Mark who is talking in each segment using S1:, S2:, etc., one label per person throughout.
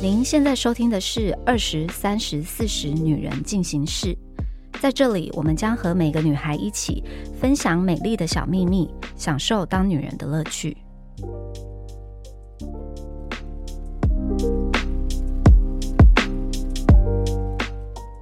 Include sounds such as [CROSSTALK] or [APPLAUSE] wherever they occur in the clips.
S1: 您现在收听的是《二十三十四十女人进行式》，在这里，我们将和每个女孩一起分享美丽的小秘密，享受当女人的乐趣。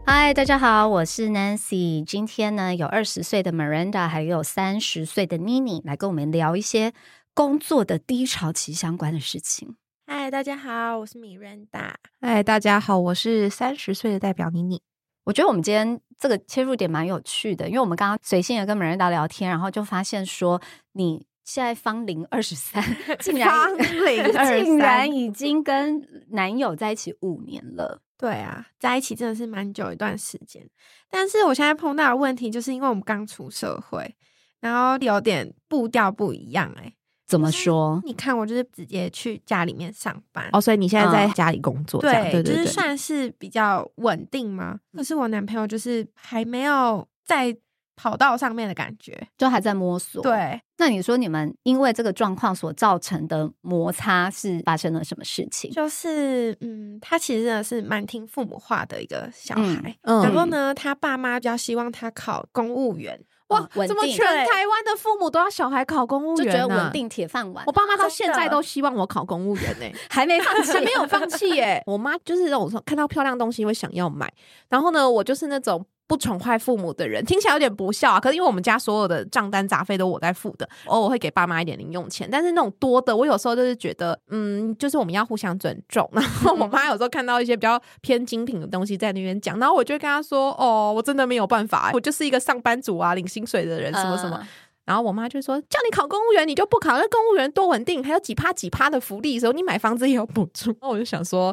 S1: 嗨，大家好，我是 Nancy。今天呢，有二十岁的 Miranda，还有三十岁的 Nini 来跟我们聊一些工作的低潮期相关的事情。
S2: 嗨，大家好，我是米瑞
S3: [LAUGHS]
S2: 达。 [LAUGHS]
S3: 嗨，大家好，我是三十岁的代表妮妮。
S1: 我觉得我们今天这个切入点蛮有趣的，因为我们刚刚随性的跟美人达聊天，然后就发现说你现在芳龄二十三， [LAUGHS] 竟然
S3: 芳龄
S1: 竟然
S3: 23
S1: 已经跟男友在一起五年了。
S2: 对啊，在一起真的是蛮久一段时间，但是我现在碰到的问题就是因为我们刚出社会，然后有点步调不一样哎、
S1: 怎么
S2: 就是
S1: 说？
S2: 你看，我就是直接去家里面上班，
S3: 哦，所以你现在在
S1: 嗯
S3: 家里工作，这样
S2: 对，
S3: 对
S2: 就
S3: 对嗯
S2: 是
S3: 对。
S2: 算是比较稳定嘛。可是我男朋友就是还没有在跑道上面的感觉，
S1: 就还在摸索。，
S2: 对，
S1: 那你说你们因为这个状况所造成的摩擦是发生了什么事情？
S2: 就是嗯，他其实真的是蛮听父母话的一个小
S1: 嗯
S2: 孩。
S3: 嗯
S2: 然后呢，他爸妈比较希望他考公务员，
S1: 嗯
S3: 哇，
S1: 稳
S3: 怎么
S1: 定
S3: 全台湾的父母都要小孩考公务
S1: 就
S3: 员、
S1: 觉
S3: 啊？
S1: 得稳。定铁饭碗
S3: 我，爸妈到
S2: 真
S3: 现
S2: 的
S3: 在都希望我考公务员呢、
S1: 还没放 [LAUGHS] 弃，
S3: 还没有放弃耶、 [LAUGHS] 我妈就是那种说看到漂亮东西会想要买，然后呢，我就是那种不宠坏父母的人，听起来有点不孝啊。可是因为我们家所有的账单杂费都我在付的，偶尔会给爸妈一点零用钱，但是那种多的，我有时候就是觉得，嗯，就是我们要互相尊重。 [LAUGHS] 然后我妈有时候看到一些比较偏精品的东西在那边讲，然后我就会跟她说，哦，我真的没有办法、我就是一个上班族啊，领薪水的人，什么什么。
S1: 嗯
S3: 然后我妈就说：“叫你考公务员，你就不考，那公务员多稳定，还有几趴几趴的福利，时候你买房子也有补助。”然 [LAUGHS] 后我就想说，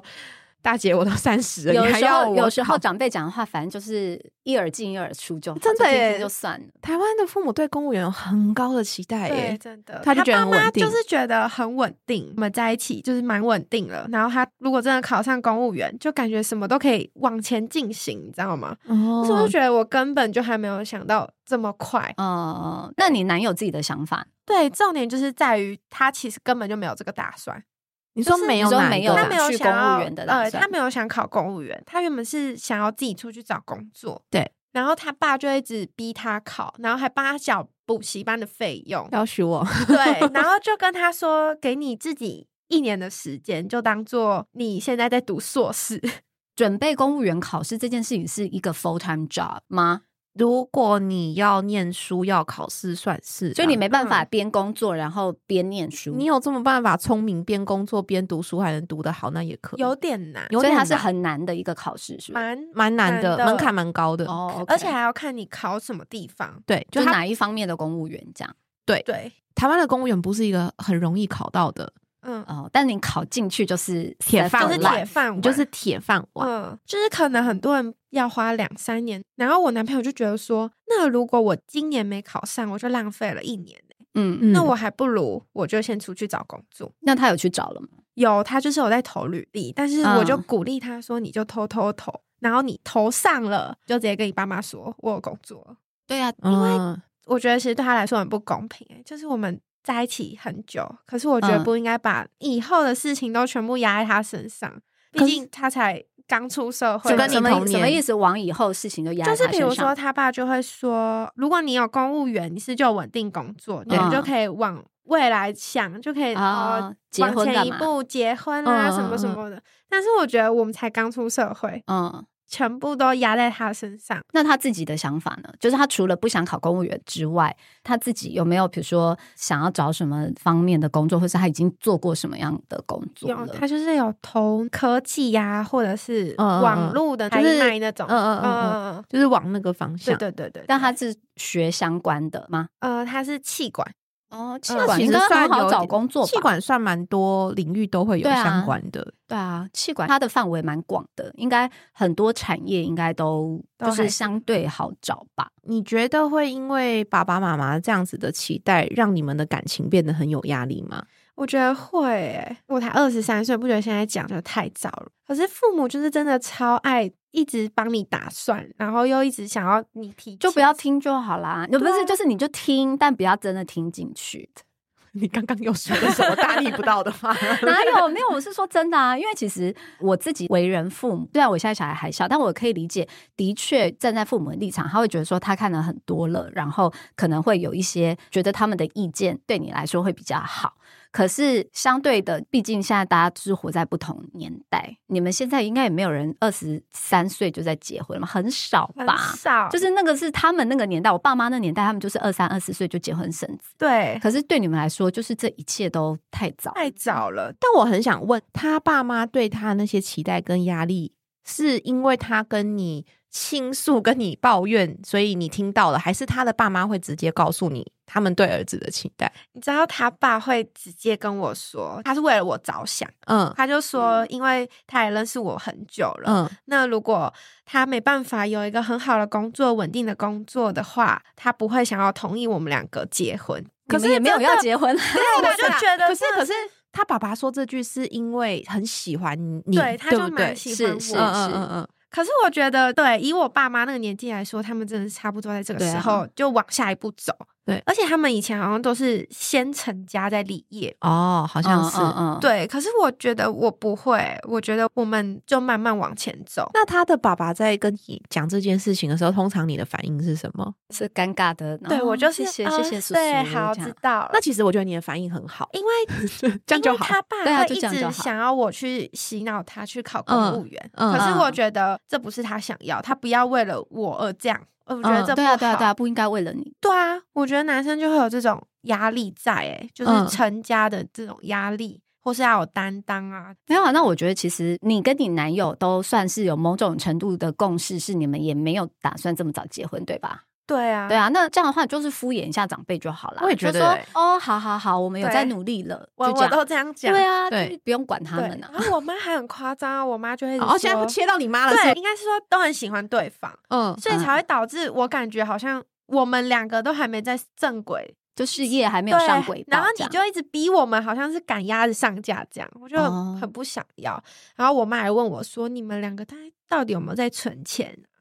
S3: 大姐，我都三十了，
S1: 呃有
S3: 你还
S1: 时
S3: 要
S1: 候
S3: 我
S1: 有时 [LAUGHS] 候
S3: 考
S1: 长辈讲的话，反正就是一耳进一耳出就好
S3: 真的
S1: 就听听
S3: 耶
S1: 就算了。
S3: 台湾的父母对公务员有很高的期待
S2: 对，
S3: 耶。
S2: 真的，
S3: 他就觉得
S2: 爸
S3: 很稳
S2: 妈就
S3: 定
S2: 是觉得很稳定，我们在一起就是蛮稳定了。然后他如果真的考上公务员，就感觉什么都可以往前进行，你知道吗？
S3: 哦
S2: 所以我就觉得我根本就还没有想到这么快。
S1: 哦、那你男友自己的想法，
S2: 对，重点就是在于他其实根本就没有这个打算，
S3: 你说没有
S1: 你说
S3: 哪一
S1: 没
S3: 个
S1: 有
S2: 他
S1: 打
S2: 没有
S1: 去
S2: 想
S1: 公务
S2: 要
S1: 员的打
S2: 呃，
S1: 算
S2: 他没有想考公务员，他原本是想要自己出去找工作。
S3: 对，
S2: 然后他爸就一直逼他考，然后还帮他缴补习班的费用。 [LAUGHS]
S3: 要许我， [LAUGHS]
S2: 对，然后就跟他说，给你自己一年的时间，就当做你现在在读硕士。
S1: 准备公务员考试这件事情是一个 full time job 吗？
S3: 如果你要念书要考试算是啊，
S1: 所以你没办
S2: 嗯
S1: 法边工作然后边念书，
S3: 你有这么办法聪明边工作边读书还能读得好，那也可以，
S2: 有点难，
S3: 有
S1: 所以
S3: 点
S1: 它是
S3: 难
S1: 很难的一个考试，是吧？
S2: 蛮
S3: 蛮难的，
S2: 难的
S3: 门槛蛮高的。
S1: 哦，OK
S2: 而且还要看你考什么地方。
S3: 对，
S1: 就
S3: 就他
S1: 哪一方面的公务员这样
S2: 对，
S3: 台湾的公务员不是一个很容易考到的
S2: 嗯，
S1: 哦，但你考进去就是
S3: 铁饭
S2: 就是
S3: 碗
S1: step one
S2: 铁饭碗，
S3: 你就是铁饭碗。
S2: 嗯，就是可能很多人要花两三年。然后我男朋友就觉得说，那如果我今年没考上，我就浪费了一年、
S1: 嗯嗯，
S3: 嗯
S2: 那我还不如我就先出去找工作。
S1: 那他有去找了吗？
S2: 有，他就是有在投履历，但是我就
S1: 嗯
S2: 鼓励他说，你就偷偷投，然后你投上了，就直接跟你爸妈说我有工作了。
S1: 对啊，
S3: 嗯因为、
S2: 我觉得其实对他来说很不公平、欸，就是我们在一起很久，可是我觉得
S1: 嗯
S2: 不应该把以后的事情都全部压在他身上，毕
S3: 可是
S2: 竟他才刚出社会嘛，
S3: 就跟你
S1: 什么
S3: 童
S1: 什么
S3: 年
S1: 意思？往以后事情就压在他
S2: 就是
S1: 身上。
S2: 比如说，他爸就会说，如果你有公务员，你是就有稳定工作，你
S1: 嗯
S2: 就可以往未来想，就可以
S1: 啊
S2: 哦，
S1: 结婚
S2: 往
S1: 干
S2: 前一
S1: 嘛
S2: 步结婚啊，
S3: 嗯
S2: 什么什
S3: 嗯嗯
S2: 么的。但是我觉得我们才刚出社会，
S1: 嗯，
S2: 全部都压在他身上。
S1: 那他自己的想法呢？就是他除了不想考公务员之外，他自己有没有比如说想要找什么方面的工作，或是他已经做过什么样的工作
S2: 有
S1: 了？
S2: 他就是有投科技呀、或者是
S3: 嗯嗯
S2: 网
S3: 嗯
S2: 络的
S3: 就
S2: 拍
S3: 是
S2: 卖那种。
S3: 嗯嗯嗯嗯
S2: 嗯，
S3: 就是往那个方
S2: 对
S3: 向。
S2: 对对对。
S1: 但
S2: 对
S1: 他是学相关的吗？
S2: 呃，他是气管，
S1: 哦，气
S2: 那
S1: 管
S3: 嗯其
S1: 应
S3: 实
S1: 该
S3: 算
S1: 很好
S3: 有
S1: 找工作吧？
S3: 气管算蛮多领域都会有
S1: 对啊
S3: 相关的，
S1: 对啊，气管它的范围蛮广的，应该很多产业应该都
S2: 都
S1: 就
S2: 还
S1: 是
S2: 是
S1: 相对好找吧。
S3: 你觉得会因为爸爸妈妈这样子的期待，让你们的感情变得很有压力吗？ [LAUGHS]
S2: 我觉得会、欸，我才二十三岁，不觉得现在讲就太早了。可是父母就是真的超爱，一直帮你打算，然后又一直想要你提，
S3: 啊
S1: 就不要。听就好啦。不是，就是你就听，但不要真的听进去。
S3: 你刚刚有说了什么大逆不道的话？ [LAUGHS]
S1: [LAUGHS] 哪有？没有，我是说真的啊。因为其实我自己为人父母，虽然我现在小孩还小，但我可以理解，的确站在父母的立场，他会觉得说他看了很多了，然后可能会有一些觉得他们的意见对你来说会比较好。可是相对的，毕竟现在大家是活在不同年代，你们现在应该也没有人二十三岁就在结婚了嘛，很少
S2: 很
S1: 吧？
S2: 少，
S1: 就是那个是他们那个年代，我爸妈那年代，他们就是二三二十岁就结婚生子。
S2: 对，
S1: 可是对你们来说，就是这一切都太早。
S2: 太早了。
S3: 但我很想问，他爸妈对他那些期待跟压力，是因为他跟你倾诉、跟你抱怨，所以你听到了，还是他的爸妈会直接告诉你他们对儿子的期待？
S2: 你知道他爸会直接跟我说，他是为了我着想，
S3: 嗯
S2: 他就说，因为他也认识我很久了，
S3: 嗯
S2: 那如果他没办法有一个很好的工作、稳定的工作的话，他不会想要同意我们两个结婚。
S1: 可是也没有要结婚，
S2: 对，我就觉得
S3: 啊可是
S2: 真的
S3: 可是他爸爸说这句是因为很喜欢你，
S2: 对，他就
S3: 不对
S2: 蛮？喜欢我。
S1: 是
S3: 嗯嗯嗯嗯，
S2: 可是我觉得，对，以我爸妈那个年纪来说，他们真的差不多在这个
S1: 对啊
S2: 时候就往下一步走。
S3: 对
S2: 而且他们以前好像都是先成家再立业。
S1: [LAUGHS]
S3: 哦，好
S1: 好
S3: 像是。
S1: 嗯，
S2: 对，可是我觉得我不会，我觉得我们就慢慢往前走。
S1: 哦
S3: 那他的爸爸在跟你讲这件事情的时候，通常你的反应是什么？
S1: 是尴尬的。然后
S2: 对我就是
S1: 谢谢
S2: 嗯
S1: 谢谢叔叔，
S2: 对，好，
S1: 这
S2: 知
S1: 样
S2: 道了
S3: 那。其实我觉得你的反应很好，
S2: 因为
S3: 这样
S2: 因
S3: 就
S2: 为
S3: 好。
S2: 他爸
S1: 对啊
S2: 会
S1: 就
S2: 一
S1: 这样就
S2: 直
S1: 好
S2: 想要我去洗脑他去考公务员，
S3: 嗯嗯
S2: 可是我觉得这不是他想要，他不要为了我而这样，我觉得
S3: 嗯
S2: 这不
S1: 对
S2: 好。
S1: 啊对啊对啊，不应该为了你。
S2: 对啊我觉得男生就会有这种压力在、欸，哎，就
S3: 嗯
S2: 是成家的这种压力，或是要有担当啊。
S1: 没有啊，那我觉得其实你跟你男友都算是有某种程度的共识，是你们也没有打算这么早结婚，对吧？
S2: 对啊，
S1: 对啊，那这样的话就是敷衍一下长辈就好了。
S3: 我也觉得
S1: 就说
S3: 欸
S1: 哦，好好好，我们有
S2: 对
S1: 在努力了，
S2: 我
S1: 就这
S2: 我
S1: 样。
S2: 都这样讲。
S1: 对啊，
S3: 对
S1: 就是不用管他
S2: 对，
S1: 们啊。
S2: 然后我妈还很夸张啊，我妈就会一直
S3: 哦，现在
S2: 说
S3: 切到你妈了，是
S2: 对，
S3: 吗
S2: 应该是说都很喜欢对方，
S1: 哦
S3: 嗯
S2: 所以才会导致我感觉好像我们两个都还没在正轨
S1: 就事业还没有
S2: 对，
S1: 上轨道，
S2: 然后
S1: 这
S2: 你
S1: 样
S2: 就一直逼我们，好像是赶鸭子上架这样，我就
S1: 哦
S2: 很不想要。然后我妈还问我说：“你们两个大概到底有没有在存钱啊？”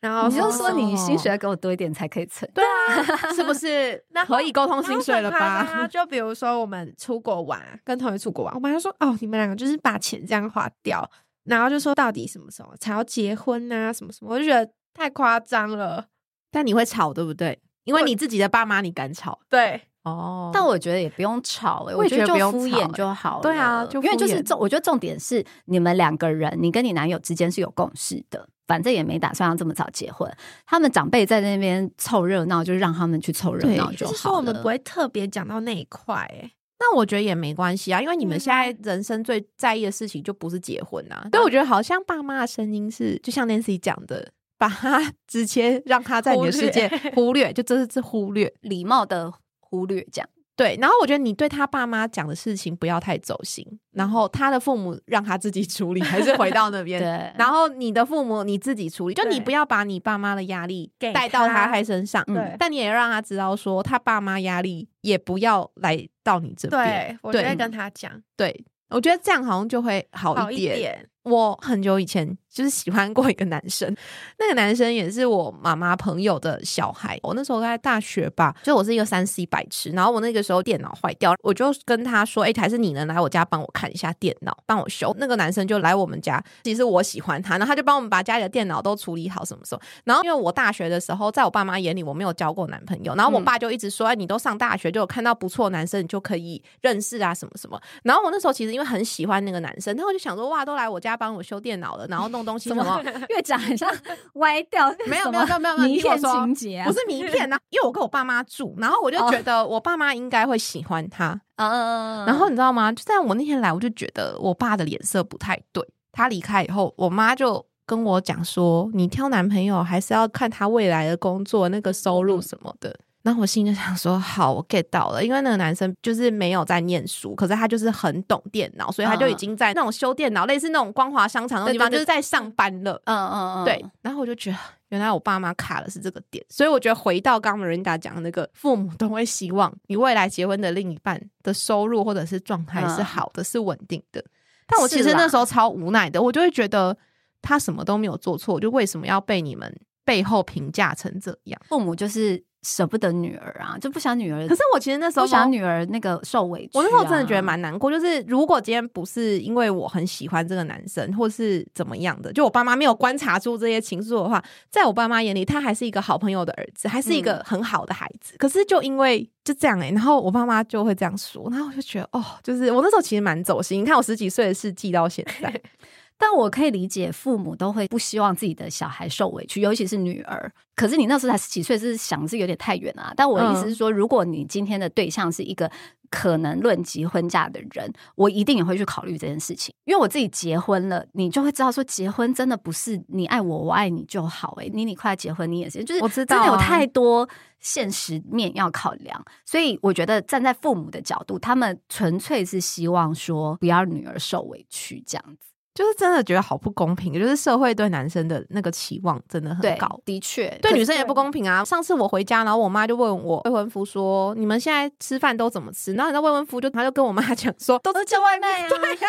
S2: 然后
S1: 你就说
S3: 哦
S1: 你薪水要给我多一点才可以存。
S2: 对啊，
S3: 是不是
S2: [LAUGHS] 然后
S3: 可以沟通
S2: 然后
S3: 薪水了
S2: 很夸张啊
S3: 吧？
S2: 就比如说我们出国玩啊，跟同学出国玩，我妈就说：“哦，你们两个就是把钱这样花掉。”然后就说到底什么时候才要结婚啊，什么什么，我就觉得太夸张了。
S3: [LAUGHS] 但你会吵对不对？因为
S2: 我
S3: 你自己的爸妈，你敢吵
S2: 对，
S3: 哦
S1: 但我觉得也不用吵、欸，
S3: 我也
S1: 觉得
S3: 觉得不
S1: 就
S3: 用
S1: 敷
S3: 吵
S1: 衍
S3: 欸
S1: 就好了。
S3: 对啊就
S1: 因为
S3: 敷
S1: 就是
S3: 衍
S1: 重，我觉得重点是你们两个人，你跟你男友之间是有共识的，反正也没打算要这么早结婚。他们长辈在那边凑热闹，就让他们去凑热
S3: 对
S1: 闹
S2: 就
S1: 就是
S2: 说
S1: 好
S2: 我们不
S1: 了。
S2: 会特别讲到那一块、欸，
S3: 那我觉得也没关系啊，因为你们
S2: 嗯
S3: 现在人生最在意的事情就不是结婚啊。对，我觉得好像爸妈的声音是，就像 Nancy 讲的，把他 [LAUGHS] 直接让他在你的世界
S2: 忽略
S3: 忽略，就真的是忽略。
S1: 礼貌的忽略这样，
S3: 对，然后我觉得你对他爸妈讲的事情不要太走心，然后他的父母让他自己处理，还是回到那边。
S1: 对，
S3: 然后你的父母你自己处理，就
S2: 对
S3: 你不要把你爸妈的压力
S2: 给
S3: 带到
S2: 他
S3: 他还身上，
S1: 嗯
S2: 对
S3: 但你也让他知道说他爸妈压力也不要来到你这边。
S2: 对我就会
S3: 对
S2: 跟他讲
S3: 对，我觉得这样好像就会好
S2: 好
S3: 一
S2: 一
S3: 点。
S2: 点。
S3: 我很久以前就是喜欢过一个男生，那个男生也是我妈妈朋友的小孩。我那时候在大学吧，就我是一个三 C 白痴，然后我那个时候电脑坏掉，我就跟他说：“哎、还是你能来我家帮我看一下电脑，帮我修。”那个男生就来我们家，其实我喜欢他，然后他就帮我们把家里的电脑都处理好，什么时候？然后因为我大学的时候，在我爸妈眼里我没有交过男朋友，然后我
S1: 嗯
S3: 爸就一直说：“哎、你都上大学，就有看到不错的男生，你就可以认识啊，什么什么。”然后我那时候其实因为很喜欢那个男生，然后我就想说，哇，都来我家帮我修电脑了，然后弄东 [LAUGHS] [LAUGHS] 西什么，
S1: 越讲很像歪掉，
S3: [LAUGHS] 没有
S1: 什
S3: 没
S1: 么
S3: 有没有没有没有，你
S1: 迷
S3: 听我
S1: 骗
S3: 说
S1: 情，节啊，
S3: 不是名片呐、因为我跟我爸妈住，然后我就觉得我爸妈应该会喜欢他。
S1: 嗯，
S3: 然后你知道吗？就在我那天来，我就觉得我爸的脸色不太对。他离开以后，我妈就跟我讲说：“你挑男朋友还是要看他未来的工作、那个收
S1: 嗯
S3: 入什么的。”然后我心里就想说：“好，我 get 到了，因为那个男生就是没有在念书，可是他就是很懂电脑，所以他就已经在那种修电脑，类似那种光华商场那种地方，
S1: 对对对
S3: 就是在上班了。”
S1: 嗯嗯嗯，
S3: 对，然后我就觉得原来我爸妈卡的是这个点，所以我觉得回到刚刚 Marinda 讲的那个，父母都会希望你未来结婚的另一半的收入或者是状态是
S1: 嗯
S3: 好的，是稳定的。但我其实
S1: 是啦
S3: 那时候超无奈的，我就会觉得他什么都没有做错，就为什么要被你们背后评价成这样？
S1: 父母就是舍不得女儿啊，就不想女儿，
S3: 可是我其实那时候
S1: 不想女儿那个受委屈、啊。
S3: 我那时候真的觉得蛮难过，就是如果今天不是因为我很喜欢这个男生，或是怎么样的，就我爸妈没有观察出这些情愫的话，在我爸妈眼里，他还是一个好朋友的儿子，还是一个很好的孩子。可是就因为就这样哎、然后我爸妈就会这样说，然后我就觉得哦，就是我那时候其实蛮走心。你看我十几岁的事记到现在，
S1: 但我可以理解父母都会不希望自己的小孩受委屈，尤其是女儿。可是你那时候才十几岁，是想是有点太远了、啊。但我的意思
S3: 嗯
S1: 是说，如果你今天的对象是一个可能论及婚嫁的人，我一定也会去考虑这件事情，因为我自己结婚了，你就会知道说，结婚真的不是你爱我，我爱你就好、欸。诶，你你快结婚，你也是，就是
S3: 我知道啊
S1: 真的有太多现实面要考量。所以我觉得站在父母的角度，他们纯粹是希望说不要女儿受委屈这样子。
S3: 就是真的觉得好不公平，就是社会对男生的那个期望真的很
S1: 对
S3: 高。，
S1: 的确，
S3: 对
S1: 可
S3: 女生也不公平啊！上次我回家，然后我妈就问我未婚夫说：“你们现在吃饭都怎么吃？”然后你知道未婚夫就他就跟我妈 [LAUGHS] 讲说：“都是叫外卖 [LAUGHS] 啊，对呀、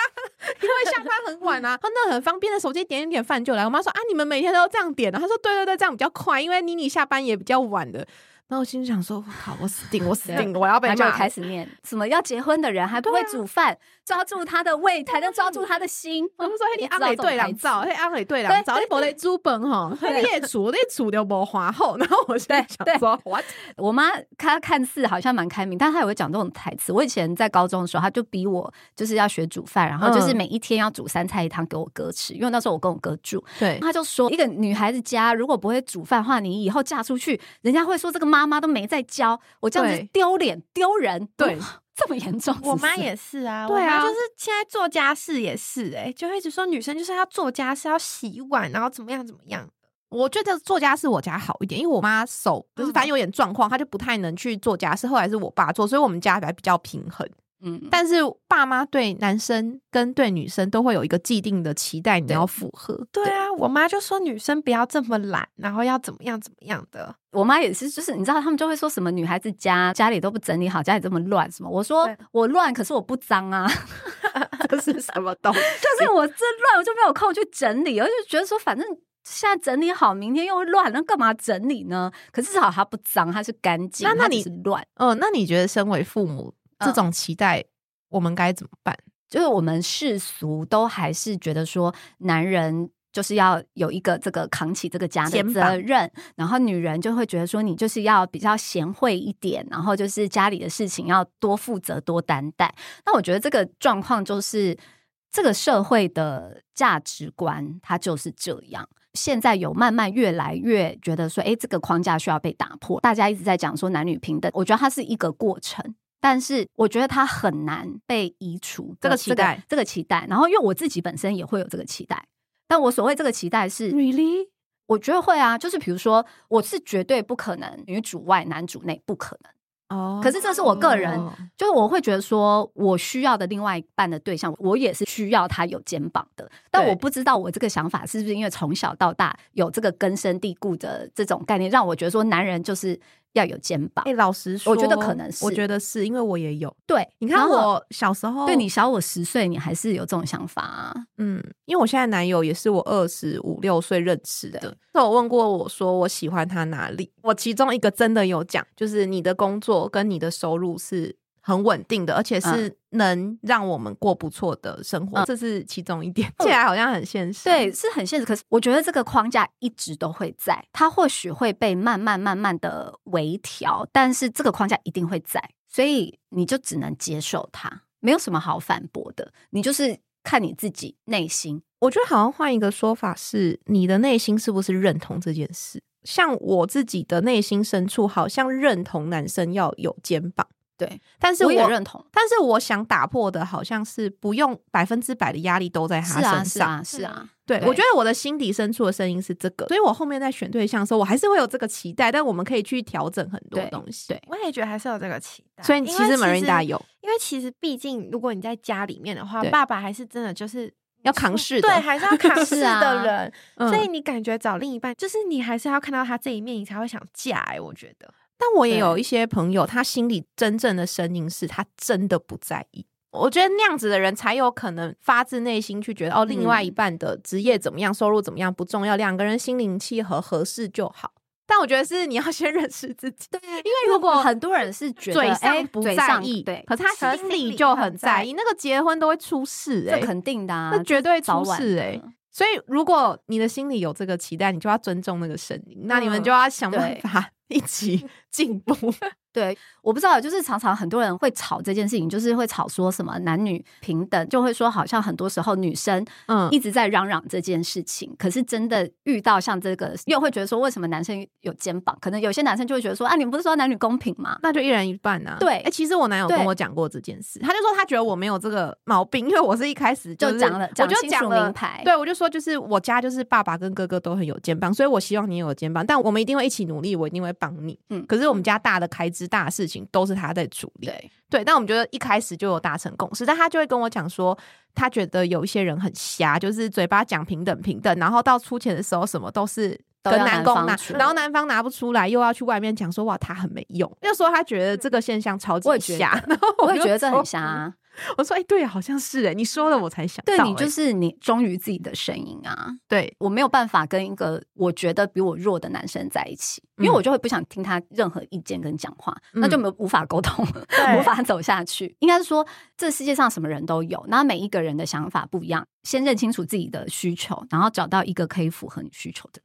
S3: 因为下班很晚啊，他那很方便的，手机点一点饭就来。”我妈说：“啊，你们每天都这样点的、啊？”她说：“对对对，这样比较快，因为妮妮下班也比较晚的。”然后我心里想说：“我靠，我死定，我死定，我要被
S1: 他就
S3: 骂。”啊
S1: 开始
S3: [LAUGHS]
S1: 念什么要结婚的人还不会煮饭，抓住他的胃才能抓住他的心。
S3: 我们说嘿你
S1: 知道
S3: 阿
S1: 这
S3: 美
S1: 种
S3: 对
S1: 台
S3: 两
S1: 词
S3: 造，嘿阿美对两造，你不得煮本吼，嘿你也煮，你煮的无花后，然后我现在
S1: 对
S3: 想说，what？
S1: 我妈她看似好像蛮开明，但她也会讲这种台词。我以前在高中的时候，她就逼我就是要学煮饭，然后就是
S3: 嗯
S1: 每一天要煮三菜一汤给我哥吃，因为那时候我跟我哥住，
S3: 对
S1: 她就说一个女孩子家如果不会煮饭的话，你以后嫁出去，人家会说这个妈妈都没在教，我这样子
S3: 对
S1: 丢脸丢人。
S3: 对，
S1: 这么严重是不是，
S2: 我妈也是啊，
S3: 对啊
S2: 我妈就是现在做家事也是、欸，哎，就会一直说女生就是要做家事，要洗碗，然后怎么样怎么样。
S3: 我觉得做家事我家好一点，因为我妈手就是
S2: 嗯
S3: 反正有点状况，她就不太能去做家事。后来是我爸做，所以我们家还比较平衡。
S1: 嗯，
S3: 但是爸妈对男生跟对女生都会有一个既定的期待，你要符合。
S2: 对啊，我妈就说女生不要这么懒，然后要怎么样怎么样的。
S1: 我妈也是，就是你知道，他们就会说什么女孩子家家里都不整理好，家里这么乱什么。我说
S2: 对
S1: 我乱，可是我不脏啊，
S3: [LAUGHS] 这是什么东西？
S1: 就是我这乱，我就没有空去整理，而就觉得说反正。现在整理好，明天又会乱，那干嘛整理呢？可是至少它不脏，它是干净，
S3: 那那
S1: 它只
S3: 你
S1: 是乱，
S3: 嗯，那你觉得身为父母
S1: 嗯
S3: 这种期待，我们该怎么办？
S1: 就是我们世俗都还是觉得说，男人就是要有一个这个扛起这个家的
S3: 肩膀
S1: 责任，然后女人就会觉得说，你就是要比较贤惠一点，然后就是家里的事情要多负责、多担待。那我觉得这个状况就是这个社会的价值观，它就是这样。现在有慢慢越来越觉得说，诶，这个框架需要被打破。大家一直在讲说男女平等，我觉得它是一个过程，但是我觉得它很难被移除
S3: 这个期待
S1: 这个，这个期待。然后，因为我自己本身也会有这个期待，但我所谓这个期待是
S2: Really？
S1: 我觉得会啊，就是比如说，我是绝对不可能女主外男主内，不可能。
S3: 哦
S1: 可是这是我个人就是我会觉得说，我需要的另外一半的对象，我也是需要他有肩膀的。但
S3: 对
S1: 我不知道我这个想法是不是因为从小到大有这个根深蒂固的这种概念，让我觉得说男人就是要有肩膀。
S3: 哎、老实说，
S1: 我觉得可能是
S3: 我觉得是因为我也有。
S1: 对，
S3: 你看
S1: 然后
S3: 我哦小时候，
S1: 对你小我十岁，你还是有这种想法啊？
S3: 嗯，因为我现在男友也是我二十五六岁认识的，那我问过我说我喜欢他哪里，我其中一个真的有讲，就是你的工作跟你的收入是很稳定的，而
S1: 嗯
S3: 且是能让我们过不错的生活，这是其中一点。
S1: 嗯
S3: 起来好像很现实，
S1: 对，是很现实。可是我觉得这个框架一直都会在，它或许会被慢慢慢慢的微调，但是这个框架一定会在，所以你就只能接受它，没有什么好反驳的。你就是看你自己内心。
S3: 我觉得好像换一个说法是，你的内心是不是认同这件事？像我自己的内心深处，好像认同男生要有肩膀，
S1: 对，
S3: 但是
S1: 我
S3: 我
S1: 也认同，
S3: 但是我想打破的好像是不用百分之百的压力都在他
S1: 是
S3: 身上。嗯
S1: 啊，是啊，是啊。
S3: 对，
S1: 对
S3: 我觉得我的心底深处的声音是这个，所以我后面在选对象的时候，我还是会有这个期待，但我们可以去调整很多
S1: 对
S3: 东西。
S1: 对
S2: [LAUGHS] 我也觉得还是有这个期待。
S3: 所以其
S2: 因为
S3: 实 Marinda 有
S2: 因为其实毕竟如果你在家里面的话，
S3: 对
S2: 爸爸还是真的就是
S3: 要扛事的，
S2: 对，还是要
S3: [LAUGHS]
S2: 扛
S1: 是
S2: 事
S1: 啊
S2: 的人。
S3: 嗯
S2: 所以你感觉找另一半，就是你还是要看到他这一面，你才会想嫁、欸。我觉得，
S3: 但我也
S1: 对
S3: 有一些朋友，他心里真正的声音是他真的不在意。我觉得那样子的人才有可能发自内心去觉得，哦，
S1: 嗯
S3: 另外一半的职业怎么样，收入怎么样不重要，两个人心灵契合合适就好。但我觉得是你要先认识自己，
S1: 对，因
S3: 为如果
S1: 很多人是觉得
S3: 嘴
S1: 哎
S3: 上不
S1: 嘴
S3: 在
S1: 上
S3: 意，
S1: 对，
S3: 可是他
S1: 可
S3: 心
S1: 是心
S3: 里
S1: 里
S3: 就
S1: 很
S3: 很在
S1: 在
S3: 意，那个结婚都会出事、欸，
S1: 这肯定的啊，
S3: 那绝对
S1: 早
S3: 出
S1: 晚
S3: 事
S1: 的
S3: 哎、所以，如果你的心里有这个期待，你就要尊重那个声音，那你们
S1: 嗯
S3: 就要想办
S1: 对
S3: 法 [LAUGHS] 一
S1: [LAUGHS]
S3: 起进步。
S1: 对，我不知道，就是常常很多人会吵这件事情，就是会吵说什么男女平等，就会说好像很多时候女生
S3: 嗯，
S1: 一直在嚷嚷这件事情，可是真的遇到像这个，又会觉得说为什么男生有肩膀？可能有些男生就会觉得说啊，你们不是说男女公平吗？
S3: 那就一人一半啊。
S1: 对
S3: 哎、其实我男友
S1: 对
S3: 跟我讲过这件事，他就说他觉得我没有这个毛病，因为我是一开始
S1: 就是讲了，
S3: 我
S1: 清
S3: 就讲
S1: 楚
S3: 了
S1: 明。牌，
S3: 对，我就说，就是我家就是爸爸跟哥哥都很有肩膀，所以我希望你也有肩膀，但我们一定会一起努力，我一定会帮你。
S1: 嗯
S3: 可是我们家大的开支、大的事情都是他在处理。 [LAUGHS]
S1: 对
S3: 对，但我们觉得一开始就有达成共识，但他就会跟我讲说，他觉得有一些人很瞎，就是嘴巴讲平等平等，然后到出钱的时候什么都是。
S1: 都
S3: 跟
S1: 要
S3: 男
S1: 男
S3: 公
S1: 方
S3: 拿，
S1: 出
S3: 然后男方拿不出来，又要去外面讲说哇他很没用，又说他觉得这个现象超级
S1: 我也觉得
S3: 瞎， [LAUGHS] 然后
S1: 我也
S3: 就
S1: 觉得这很
S3: 说
S1: 瞎、啊。
S3: 我说哎、对，好像是哎、你说了我才想到、
S1: 对你就
S3: 哎
S1: 是你忠于自己的声音啊，
S3: 对，
S1: 我没有办法跟一个我觉得比我弱的男生在一起，因为
S3: 嗯
S1: 我就会不想听他任何意见跟讲话，那就
S3: 嗯
S1: 没有无法沟通了，
S3: 对
S1: 无法走下去。应该是说，这世界上什么人都有，那每一个人的想法不一样，先认清楚自己的需求，然后找到一个可以符合你需求的。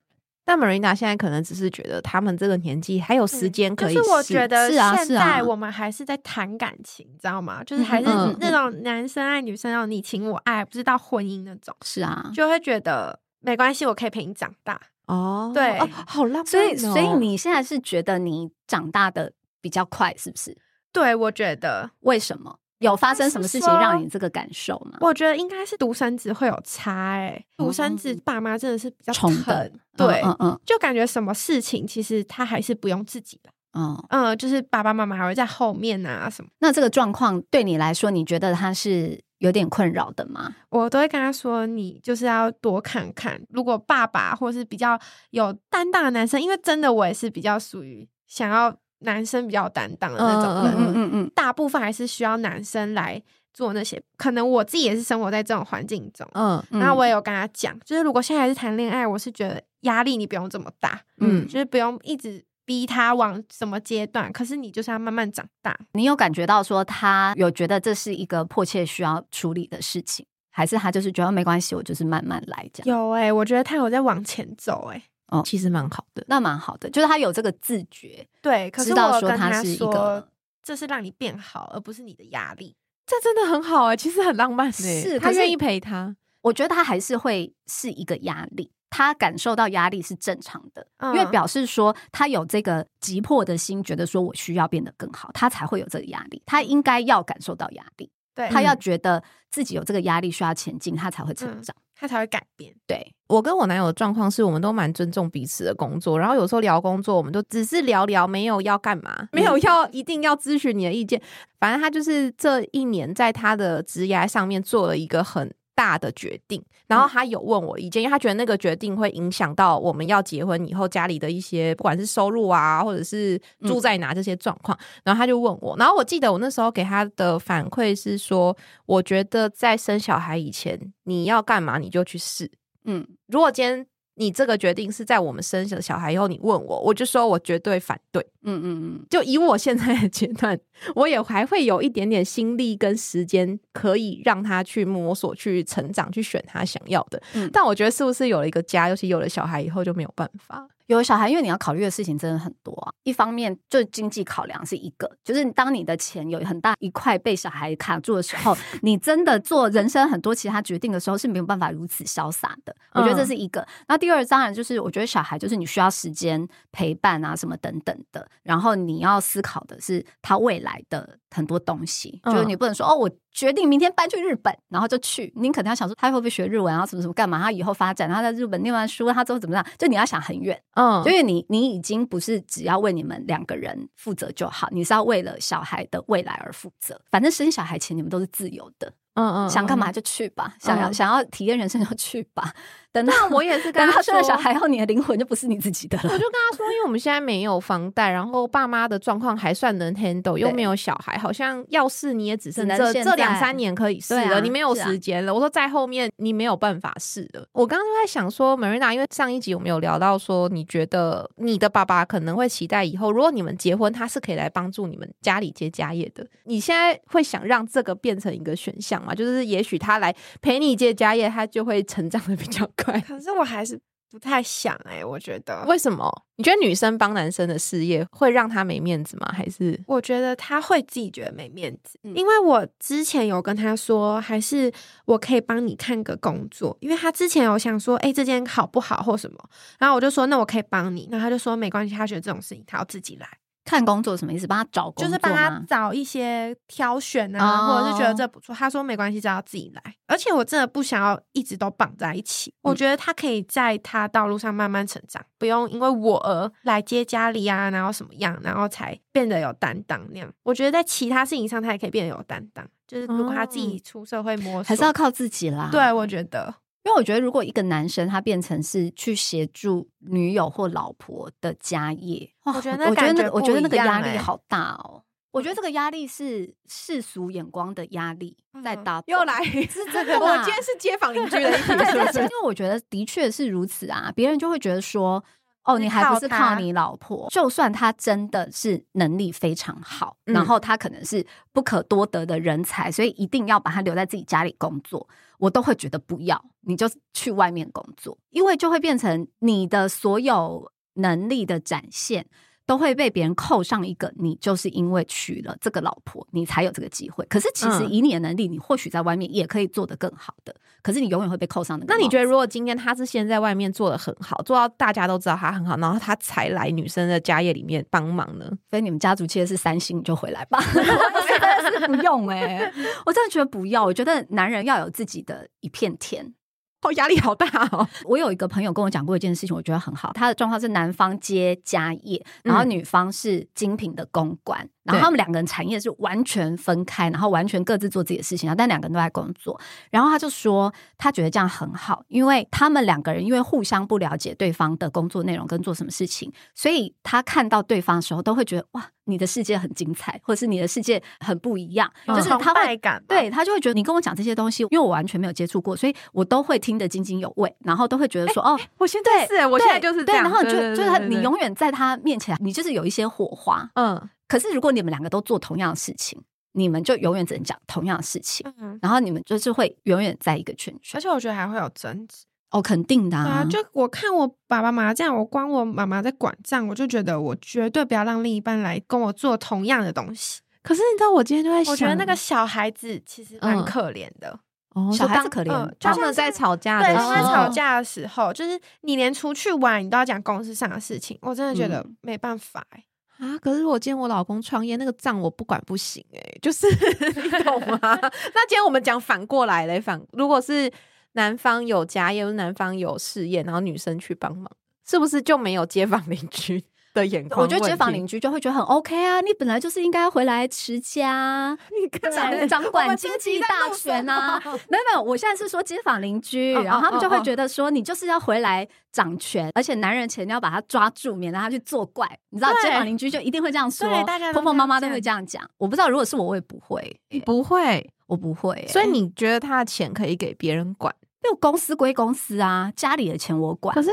S3: 但 Marina 现在可能只是觉得他们这个年纪还有时间可以
S2: 嗯
S3: 试、
S2: 就是我觉得
S1: 嗯是啊
S2: 现
S1: 是啊
S2: 在我们还是在谈感情，你知道吗？就是还是
S3: 嗯
S1: 嗯
S2: 那种男生爱女生那种你情我爱，不是到婚姻那种，
S1: 是
S3: 嗯
S1: 啊，
S2: 就会觉得没关系，我可以陪你长大。
S3: 哦，
S2: 对
S3: 哦，好浪漫、
S1: [LAUGHS]
S3: 哦，
S1: 所以所以你现在是觉得你长大的比较快，是不是？
S2: 对，我觉得，
S1: 为什么？有发生什么事情
S2: 就是说
S1: 让你这个感受吗？
S2: 我觉得应该是独生子会有差哎、独生子
S1: 哦
S2: 爸妈真的是比较
S1: 冲
S2: 疼
S1: 的，
S2: 对，
S1: 嗯嗯
S2: 就感觉什么事情其实他还是不用自己来，
S1: 嗯嗯。
S2: 嗯、就是爸爸妈妈还会在后面啊什么。
S1: 那这个状况对你来说，你觉得它是有点困扰的吗？
S2: 我都会跟他说，你就是要多看看。如果爸爸或是比较有担当的男生，因为真的我也是比较属于想要男生比较有担当的那种人，
S1: 嗯嗯嗯，
S2: 大部分还是需要男生来做那些。可能我自己也是生活在这种环境中，
S3: 嗯
S1: 嗯
S2: 然后我也有跟他讲，就是如果现在还是谈恋爱，我是觉得压力你不用这么大，
S1: 嗯
S2: 就是不用一直逼他往什么阶段，可是你就是要慢慢长大。
S1: 你有感觉到说他有觉得这是一个迫切需要处理的事情，还是他就是觉得没关系，我就是慢慢来这样？
S2: 有哎、我觉得他有在往前走哎、
S3: 其实蛮好的。
S1: 那蛮好的，就是他有这个自觉，
S2: 对，可
S1: 知
S2: 是
S1: 道
S2: 我
S1: 说
S2: 跟
S1: 他是一
S2: 说
S1: 个。
S2: 这是让你变好，而不是你的压力。
S3: 这真的很好哎、其实很浪漫、欸，
S1: 是
S3: 他
S1: 可是
S3: 愿意陪他，
S1: 我觉得他还是会是一个压力，他感受到压力是正常的，
S2: 嗯
S1: 因为表示说他有这个急迫的心，觉得说我需要变得更好，他才会有这个压力，他应该要感受到压力，
S2: 对
S1: 他要觉得自己有这个压力需要前进，他才会成
S2: 嗯
S1: 长。
S2: 他才会改变。
S1: 对，
S3: 我跟我男友的状况是我们都蛮尊重彼此的工作，然后有时候聊工作，我们就只是聊聊，没有要干嘛，没有要一定要咨询你的意见。反正他就是这一年在他的职涯上面做了一个很大的决定，然后他有问我意见，因为他觉得那个决定会影响到我们要结婚以后家里的一些不管是收入啊，或者是住在哪这些状况。然后他就问我，然后我记得我那时候给他的反馈是说，我觉得在生小孩以前你要干嘛你就去试。
S1: 嗯，
S3: 如果今天你这个决定是在我们生了小孩以后，你问我，我就说我绝对反对。
S1: 嗯嗯嗯，
S3: 就以我现在的阶段，我也还会有一点点心力跟时间，可以让他去摸索、去成长、去选他想要的。
S1: 嗯
S3: 但我觉得是不是有了一个家，尤其有了小孩以后就没有办法？
S1: 有小孩，因为你要考虑的事情真的很多啊。一方面，就经济考量是一个，就是当你的钱有很大一块被小孩卡住的时
S3: [LAUGHS]
S1: 候，你真的做人生很多其他决定的时候是没有办法如此潇洒的。我觉得这
S3: 嗯
S1: 是一个。那第二，当然就是我觉得小孩就是你需要时间陪伴啊，什么等等的。然后你要思考的是他未来的很多东西，就是
S3: 嗯
S1: 你不能说哦，我决定明天搬去日本，然后就去。你可能要想说他会不会学日文啊，什么什么干嘛？他以后发展，他在日本念完书，他之后怎么样？就你要想很远。
S3: 嗯
S1: 因为你你已经不是只要为你们两个人负责就好，你是要为了小孩的未来而负责。反正生小孩前你们都是自由的，
S3: 嗯嗯
S1: 想干嘛？就去吧，想要
S3: 嗯
S1: 想要体验人生就去吧。 [LAUGHS] 等到
S3: 但我也
S1: [LAUGHS]
S3: 是跟
S1: 等
S3: 他
S1: 到
S3: 说
S1: 生了，小孩后，你的灵魂就不是你自己的
S3: 我
S1: 了。
S3: 就跟他说，因为我们现在没有房贷，然后爸妈的状况还算能 handle，又没有小孩，好像要是你也只剩
S1: 只能
S3: 这
S1: 现
S3: 这
S1: 在
S3: 两三年可以试
S1: 对
S3: 了，
S1: 啊
S3: 你没有
S1: 是啊
S3: 时间了。我说在后面你没有办法试了。我刚刚就在想说，Marina，因为上一集我们有聊到说，你觉得你的爸爸可能会期待以后，如果你们结婚，他是可以来帮助你们家里接家业的。你现在会想让这个变成一个选项吗？就是也许他来陪你接家业，他就会成长的比较快。
S2: 可是我还是不太想哎、我觉得，
S3: 为什么？你觉得女生帮男生的事业会让他没面子吗？还是
S2: 我觉得他会自己觉得没面子，
S1: 嗯
S2: 因为我之前有跟他说，还是我可以帮你看个工作，因为他之前有想说，哎、这间好不好或什么，然后我就说，那我可以帮你，那他就说没关系，他觉得这种事情他要自己来，
S1: [LAUGHS] 看工作什么意思？帮他找工
S2: 就
S1: 作
S2: 是帮他
S1: 吗
S2: 找一些挑选
S1: 哦
S2: 啊，或者是觉得这不错，他说没关系，只要自己来，而且我真的不想要一直都绑在一起，我
S1: 嗯
S2: 觉得他可以在他道路上慢慢成长，不用因为我而来接家里啊，然后什么样，然后才变得有担当那样。我觉得在其他事情上，他也可以变得有担当，就是如果他自己出社会摸索，
S1: 哦还是要啊靠自己啦。
S2: 对，我觉得
S1: 因为我觉得，如果一个男生他变成是去协助女友或老婆的家业，哇
S2: 我觉得那
S1: 我觉得那
S2: 感觉
S1: 个
S2: 不
S1: 我觉得那个
S2: 一样
S1: 压力
S2: 欸嗯
S1: 好大哦。我觉得这个压力是世俗眼光的压力在
S2: 嗯
S1: 打，
S3: 又来？
S1: 是这个
S3: 我
S1: 啦
S3: 今天是街坊邻居的一 [LAUGHS] 题，
S1: 对，
S3: 是
S1: 但
S3: 不
S1: 是因
S3: 是？
S1: 为我觉得的确是如此啊，别人就会觉得说，哦，
S2: 是
S1: 你还不是
S2: 靠
S1: 靠
S2: 他
S1: 你老婆，就算他真的是能力非常好，
S3: 嗯
S1: 然后他可能是不可多得的人才，所以一定要把他留在自己家里工作，我都会觉得不要，你就去外面工作，因为就会变成你的所有能力的展现。都会被别人扣上一个，你就是因为娶了这个老婆，你才有这个机会。可是其实
S3: 嗯
S1: 以你的能力，你或许在外面也可以做得更好的。可是你永远会被扣上那个帽
S3: 那
S1: 子。
S3: 你觉得，如果今天他是先在外面做的很好，做到大家都知道他很好，然后他才来女生的家业里面帮忙呢？
S1: 所以你们家族切的是三星，你就回来吧。 [LAUGHS] 我真的是不用哎、 [LAUGHS] 我真的觉得不要。我觉得男人要有自己的一片天。
S3: 哦，压力好大哦！
S1: 我有一个朋友跟我讲过一件事情，我觉得很好。他的状况是男方接家业，然后
S3: 嗯
S1: 女方是精品的公关，然
S3: 对
S1: 后他们两个人产业是完全分开，然后完全各自做自己的事情，但两个人都在工作。然后他就说，他觉得这样很好，因为他们两个人因为互相不了解对方的工作内容跟做什么事情，所以他看到对方的时候都会觉得哇，你的世界很精彩，或者是你的世界很不一样，
S3: 嗯
S1: 就是他
S2: 崇
S1: 会
S2: 拜感吧，
S1: 对他就会觉得你跟我讲这些东西，因为我完全没有接触过，所以我都会听得津津有味，然后都会觉得说、哦，
S3: [LAUGHS] 我现
S1: 在
S3: 哎是，我
S1: 对
S3: 现在就是这
S1: 对，
S3: 样。
S1: 然后就
S3: 对
S1: 就是他，你。
S3: 对对对
S1: 永远在他面前，你就是有一些火花。
S3: 嗯，
S1: 可是如果你们两个都做同样的事情，你们就永远只能讲同样的事情，
S2: 嗯，
S1: 然后你们就是会永远在一个圈圈
S2: 而。且我觉得还会有争执。
S1: 哦，肯定的、
S2: 对啊，
S1: 啊，
S2: 就我看我爸爸妈妈这样，我光我妈妈在管账，我就觉得我绝对不要让另一半来跟我做同样的东西。
S3: 可是你知道，我今天就在想，
S2: 我觉得那个小孩子其实蛮
S3: 嗯
S2: 可怜的，
S3: 哦
S1: 小孩
S3: 就
S1: 子
S3: 当
S1: 可怜，
S2: 嗯就
S3: 他
S2: 像
S3: 们在
S2: 是
S3: 吵架的
S2: 对，
S3: 时
S2: 他
S3: 候，
S2: 们在吵架的时候，就是你连出去玩你都要讲公司上的事情，我真的觉得
S1: 嗯
S2: 没办法、欸。
S3: 啊！可是我今天我老公创业，那个账我不管不行哎、就是 [LAUGHS] 你懂吗？ [LAUGHS] 那今天我们讲反过来嘞，反如果是男方有家业，或是男方有事业，然后女生去帮忙，是不是就没有街坊邻居的眼光
S1: 我
S3: 问题？
S1: 觉得街坊邻居就会觉得很 OK 啊，你本来就是应该回来持家，啊
S3: [LAUGHS] 你看
S1: 掌掌管经济大权
S3: [LAUGHS]
S1: 啊。没有没有，我现在是说街坊邻居，
S3: 哦
S1: 然后他们就
S3: 哦
S1: 会
S3: 哦
S1: 觉得说你就是要回来掌权，而且男人钱要把他抓住，免得他去作怪。你知道
S2: 对
S1: 街坊邻居就一定会这样说
S2: 对大家，都
S1: 婆婆
S2: 这样
S1: 妈妈都会这样讲。我不知道如果是我，我也不会，
S3: 你不会，
S1: 我不会。
S3: 嗯所以你觉得他的钱可以给别人管，
S1: 因为公司归公司啊，家里的钱我管啊。
S3: 可是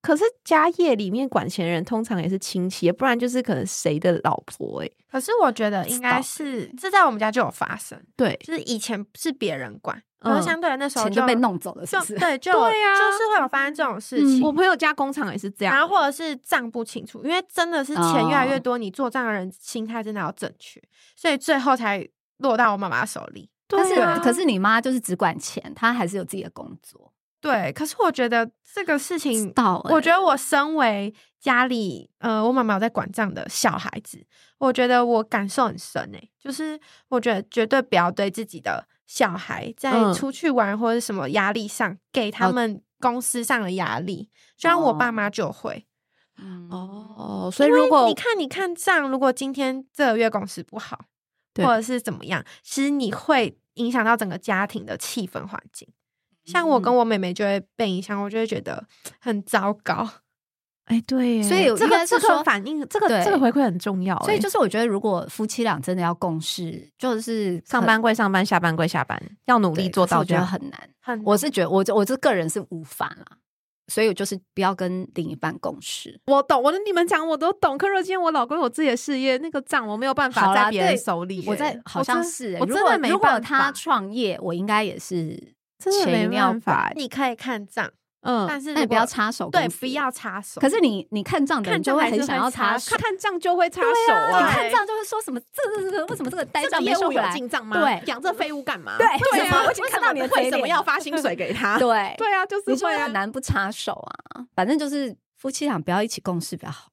S3: 可是家业里面管钱的人通常也是亲戚，不然就是可能谁的老婆哎、
S2: 可是我觉得应该是，这在我们家就有发生，
S3: 对，
S2: 就是以前是别人管，
S3: 嗯
S2: 然后相对的那时候
S1: 钱就被弄走了，是
S2: 就
S1: 不是？
S2: 对，就
S3: 对啊
S2: 就是会有发生这种事
S1: 嗯
S2: 情。
S3: 我朋友家工厂也是这样哦欸、
S2: 然后或者是账不清楚，因为真的是钱越来越多，你做账的人心态真的要正确，所以最后才落到我妈妈手里。
S1: [LAUGHS] 但是
S3: 对啊
S1: 可是你妈就是只管钱，她还是有自己的工作。
S2: 对，可是我觉得这个事情，
S1: 到欸
S2: 我觉得我身为家里呃，我妈妈有在管账的小孩子，我觉得我感受很深诶、就是我觉得绝对不要对自己的小孩在
S3: 嗯
S2: 出去玩或者什么压力上给他
S3: 哦
S2: 们公司上的压力，就像我爸妈就会。
S1: 嗯，
S3: 哦，所以
S2: 因为
S3: 如果
S2: 你看你看账，如果今天这个月公司不好，
S3: 对
S2: 或者是怎么样，其实你会影响到整个家庭的气氛环境。像我
S1: 嗯
S2: 跟我妹妹就会被影响，我就会觉得很糟糕。
S3: 哎，对耶，
S1: 所以
S3: 这
S1: 应该
S2: [LAUGHS]
S3: 个
S1: 是
S3: 这
S1: 说
S3: 个反应，这个
S1: 对
S3: 这个回馈欸很重要耶。
S1: 所以就是我觉得，如果夫妻俩真的要共事，就是
S3: 上班归上班，下班归下班，要努
S1: 努
S3: 力做到
S1: 我
S3: 这
S1: 觉得
S3: 样。
S1: 很难。
S2: 很
S1: 我是觉得我我这个人是无法啦，所以我就是不要跟另一半共事。
S3: 我懂，我跟你们讲，我都懂。可是今天我老公有自己的事业，那个账我没有办
S1: 好
S3: 法
S1: 啦
S3: 在别人
S1: 对
S3: 手里耶。
S1: 我在好像
S3: 真
S1: 是欸、
S3: 我
S1: 如
S3: 真
S1: 果
S3: 的没
S1: 如果
S3: 办
S1: 他
S3: 法，
S1: 创业，我应该也是
S3: 真的
S1: 钱一
S3: 没
S1: 定要
S3: 办法耶。
S2: 你可以看账，
S3: 嗯，
S2: 但是
S1: 那你
S2: 如
S1: 不
S2: 果
S1: 要插手，
S2: 对，不。要插手。
S1: 可是
S2: [LAUGHS]
S1: 你你看账的人
S2: 看账
S1: 就会
S2: 还是
S1: 很想
S2: 会
S1: 要
S2: 插
S1: 手。
S2: 手
S3: 啊看看账就会插手
S2: 对
S1: 你
S3: 啊
S2: 啊。
S1: 看账就会说什么这这这个为什么这个呆
S3: 这
S1: 账
S3: 个
S1: 没
S3: 业
S1: 收
S3: 务
S1: 回
S3: 有
S1: 来？
S3: 进账吗？
S1: 对
S3: 养这废物干嘛？
S1: 对
S3: 对
S1: 为什么
S3: 啊，
S1: 我已经看到你的
S3: 为什么
S1: 嘴
S3: 为什么
S1: 脸
S3: 要发薪水给他？
S1: 对，
S3: 对啊，就是
S1: 你就
S3: 会
S1: 会
S3: 啊
S1: 很难不插手啊。反正就是夫妻俩不要一起共事比较好，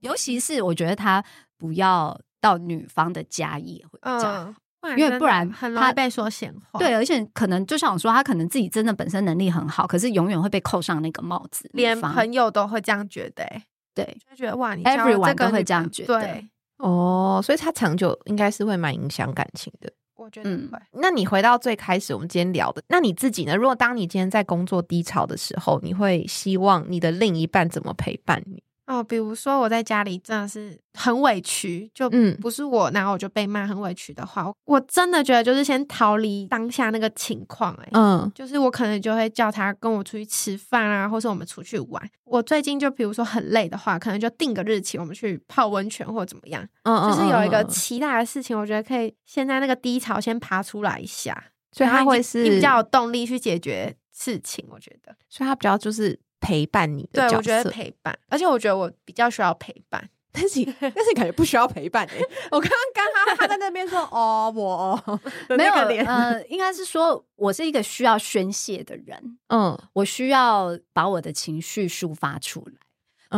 S1: 尤其是我觉得他不要到女方的家业会比较好。
S2: 嗯，然
S1: 因为
S2: 真
S1: 不
S2: 的
S1: 然
S2: 很
S1: 他
S2: 容易被说闲话。
S1: 对，，啊而且可能就像我说，他可能自己真的本身能力很好，可是永远会被扣上那个帽子。女
S2: 连
S1: 方
S2: 朋友都会这样觉得、欸，
S1: 对
S2: 就觉得哇，你
S1: Everyone
S2: 交了个
S1: 都会
S2: 女
S1: 这样
S2: 朋友
S1: 觉得
S2: 对，
S3: 哦，所以他长久应该是会蛮影响感情的。
S2: 我觉得
S1: 嗯
S2: 会。
S3: 那你回到最开始我们今天聊的，那你自己呢？如果当你今天在工作低潮的时候，你会希望你的另一半怎么陪伴你？
S2: 哦，比如说我在家里真的是很委屈，就
S3: 嗯
S2: 不是我，然后我就被骂很委屈的话，我真的觉得就是先逃离当下那个情况、欸，
S3: 嗯，
S2: 就是我可能就会叫他跟我出去吃饭啊，或是我们出去玩。我最近就比如说很累的话，可能就定个日期，我们去泡温泉或怎么样，
S3: 嗯
S2: 就是有一个
S3: 嗯嗯嗯
S2: 期待的事情，我觉得可以先在那个低潮先爬出来一下，
S3: 所以
S2: 然后
S3: 他会
S2: 你
S3: 是
S2: 你比较有动力去解决事情，我觉得。
S3: 所以他比较就是陪伴你
S2: 对
S3: 的，角
S2: 我觉得
S3: 色。
S2: 陪伴，而且我觉得我比较需要陪伴。
S3: 但 [LAUGHS] 是你但是你感觉不需要陪伴哎、我刚刚刚他他在那边说哦我 [LAUGHS] 哦的
S1: 没
S3: 那
S1: 有
S3: 个脸，
S1: 呃，应该是说我是一个需要宣泄的人，
S3: 嗯，
S1: 我需要把我的情绪抒发出来。